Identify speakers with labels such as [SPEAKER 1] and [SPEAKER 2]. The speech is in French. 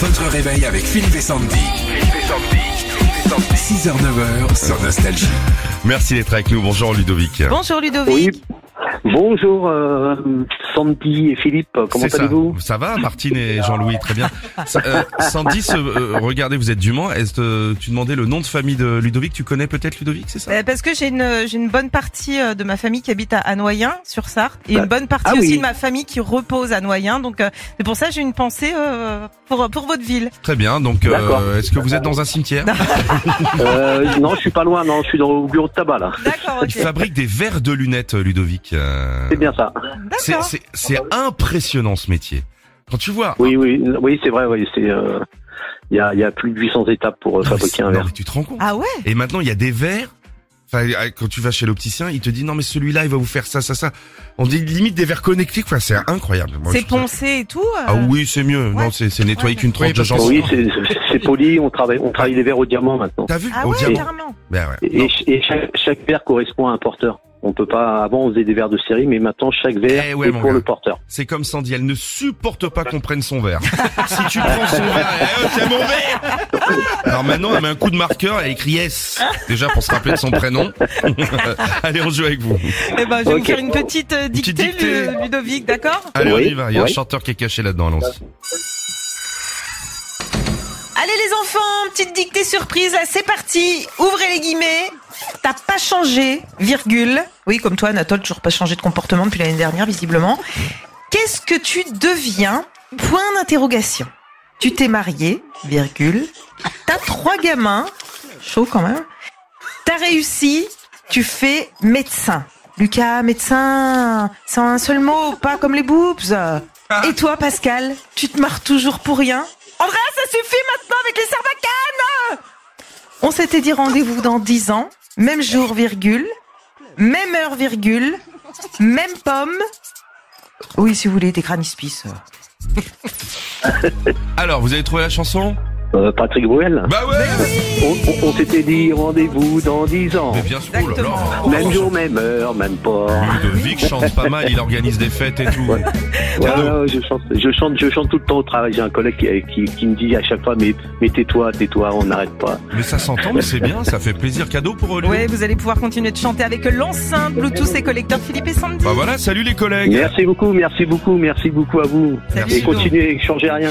[SPEAKER 1] Votre réveil avec Philippe et Sandy. Philippe et Sandy. 6h-9h sur Nostalgie.
[SPEAKER 2] Merci d'être avec nous. Bonjour Ludovic.
[SPEAKER 3] Bonjour
[SPEAKER 4] Oui.
[SPEAKER 3] Ludovic.
[SPEAKER 4] Bonjour euh, Sandy et Philippe, comment
[SPEAKER 2] C'est ça.
[SPEAKER 4] allez-vous
[SPEAKER 2] Ça va, Martine et Jean-Louis, très bien. Ça, euh, Sandy, ce- euh, regardez, vous êtes du Mans. Est-ce que tu demandais le nom de famille de Ludovic Tu connais peut-être Ludovic, c'est ça
[SPEAKER 3] Euh, Parce que j'ai une, j'ai une bonne partie euh, de ma famille qui habite à Anoyen, sur Sarthe, et
[SPEAKER 2] Bah,
[SPEAKER 3] une bonne partie
[SPEAKER 4] ah
[SPEAKER 3] aussi
[SPEAKER 4] oui.
[SPEAKER 3] de ma famille qui repose à Noyen. Donc, euh, c'est pour ça que j'ai une pensée euh, pour, pour votre ville.
[SPEAKER 2] Très bien. Donc, euh,
[SPEAKER 4] D'accord.
[SPEAKER 2] est-ce que vous êtes dans un cimetière
[SPEAKER 4] euh, Non, je suis pas loin, non, je suis dans, au bureau de tabac là.
[SPEAKER 3] D'accord, ok.
[SPEAKER 2] Tu fabriques des verres de lunettes, Ludovic. euh,
[SPEAKER 4] C'est bien ça.
[SPEAKER 2] C'est,
[SPEAKER 3] D'accord.
[SPEAKER 2] c'est, c'est impressionnant ce métier. Quand tu vois.
[SPEAKER 4] Oui, oui, oui, c'est vrai, oui, c'est. euh, Il y, a, il y a plus de 800 étapes pour euh,
[SPEAKER 2] Non, Ah, mais c'est-
[SPEAKER 4] fabriquer un
[SPEAKER 2] non,
[SPEAKER 4] verre.
[SPEAKER 2] mais tu te rends compte
[SPEAKER 3] Ah ouais
[SPEAKER 2] Et maintenant, il y a des verres. Enfin, euh, quand tu vas chez l'opticien, il te dit non mais celui-là, il va vous faire ça, ça, ça. On dit limite des verres connectés, quoi. C'est incroyable. Moi,
[SPEAKER 3] C'est
[SPEAKER 2] je trouve ça-
[SPEAKER 3] poncé et tout euh,
[SPEAKER 2] Ah oui, c'est mieux.
[SPEAKER 3] Ouais.
[SPEAKER 2] Non, c'est, c'est nettoyer
[SPEAKER 3] Ouais,
[SPEAKER 2] qu'une tranche
[SPEAKER 5] Oui,
[SPEAKER 2] de
[SPEAKER 5] parce que-
[SPEAKER 2] gens.
[SPEAKER 4] Oui, c'est- c'est c'est poli, on travaille, on travaille les verres au diamant maintenant.
[SPEAKER 2] T'as vu
[SPEAKER 3] Ah
[SPEAKER 2] Au
[SPEAKER 3] ouais,
[SPEAKER 2] diamant.
[SPEAKER 3] carrément.
[SPEAKER 2] Ben ouais.
[SPEAKER 4] Et, et chaque, chaque verre correspond à un porteur. On peut pas. Avant, on faisait des verres de série, mais maintenant, chaque verre
[SPEAKER 2] Eh ouais,
[SPEAKER 4] est
[SPEAKER 2] mon
[SPEAKER 4] pour
[SPEAKER 2] gars.
[SPEAKER 4] le porteur.
[SPEAKER 2] C'est comme Sandy, elle ne supporte pas qu'on prenne son verre. si tu prends son verre, eh, oh, c'est mon verre Alors maintenant, elle met un coup de marqueur, elle écrit yes. Déjà pour se rappeler de son prénom. Allez, on joue avec vous.
[SPEAKER 3] Eh ben, je vais vous
[SPEAKER 4] Ok.
[SPEAKER 3] faire une petite euh, dictée,
[SPEAKER 2] petite dictée.
[SPEAKER 3] Lu- Ludovic, d'accord
[SPEAKER 2] Allez, on
[SPEAKER 4] Oui,
[SPEAKER 2] y va. Il y a un
[SPEAKER 4] oui.
[SPEAKER 2] chanteur qui est caché là-dedans, allons-y.
[SPEAKER 3] Allez les enfants, petite dictée surprise, là, c'est parti. Ouvrez les guillemets. T'as pas changé, virgule. Oui, comme toi, Anatole, toujours pas changé de comportement depuis l'année dernière, visiblement. Qu'est-ce que tu deviens Point d'interrogation. Tu t'es marié, virgule. T'as trois gamins. Chaud quand même. T'as réussi, tu fais médecin. Lucas, médecin, c'est un seul mot, pas comme les boobs. Et toi, Pascal, tu te marres toujours pour rien Andrea, ça suffit maintenant avec les cervacanes On s'était dit rendez-vous dans 10 ans, même jour, virgule, même heure, virgule, même pomme. Oui, si vous voulez, des granispices.
[SPEAKER 2] Alors, vous avez trouvé la chanson
[SPEAKER 4] Euh, Patrick Bruel.
[SPEAKER 2] Bah ouais
[SPEAKER 4] On, on- on s'était dit rendez-vous dans 10 ans.
[SPEAKER 2] Mais bien sûr, oh là là.
[SPEAKER 3] Exactement.
[SPEAKER 4] Même jour, même heure, même port.
[SPEAKER 2] Ludovic chante pas mal, il organise des fêtes et tout.
[SPEAKER 4] Ouais,
[SPEAKER 2] Cadeau.
[SPEAKER 4] ouais, ouais, je chante, je chante, je chante tout le temps au travail. J'ai un collègue qui, qui, qui me dit à chaque fois, mais, mais tais-toi, tais-toi, on n'arrête pas.
[SPEAKER 2] Mais ça s'entend, mais c'est bien, ça fait plaisir. Cadeau pour lui.
[SPEAKER 3] Ouais, vous allez pouvoir continuer de chanter avec l'enceinte Bluetooth et collecteur Philippe et Sandy.
[SPEAKER 2] Bah voilà, salut les collègues.
[SPEAKER 4] Merci beaucoup, merci beaucoup, merci beaucoup à vous.
[SPEAKER 3] Salut,
[SPEAKER 4] Et
[SPEAKER 3] Ludo.
[SPEAKER 4] continuez, changez rien.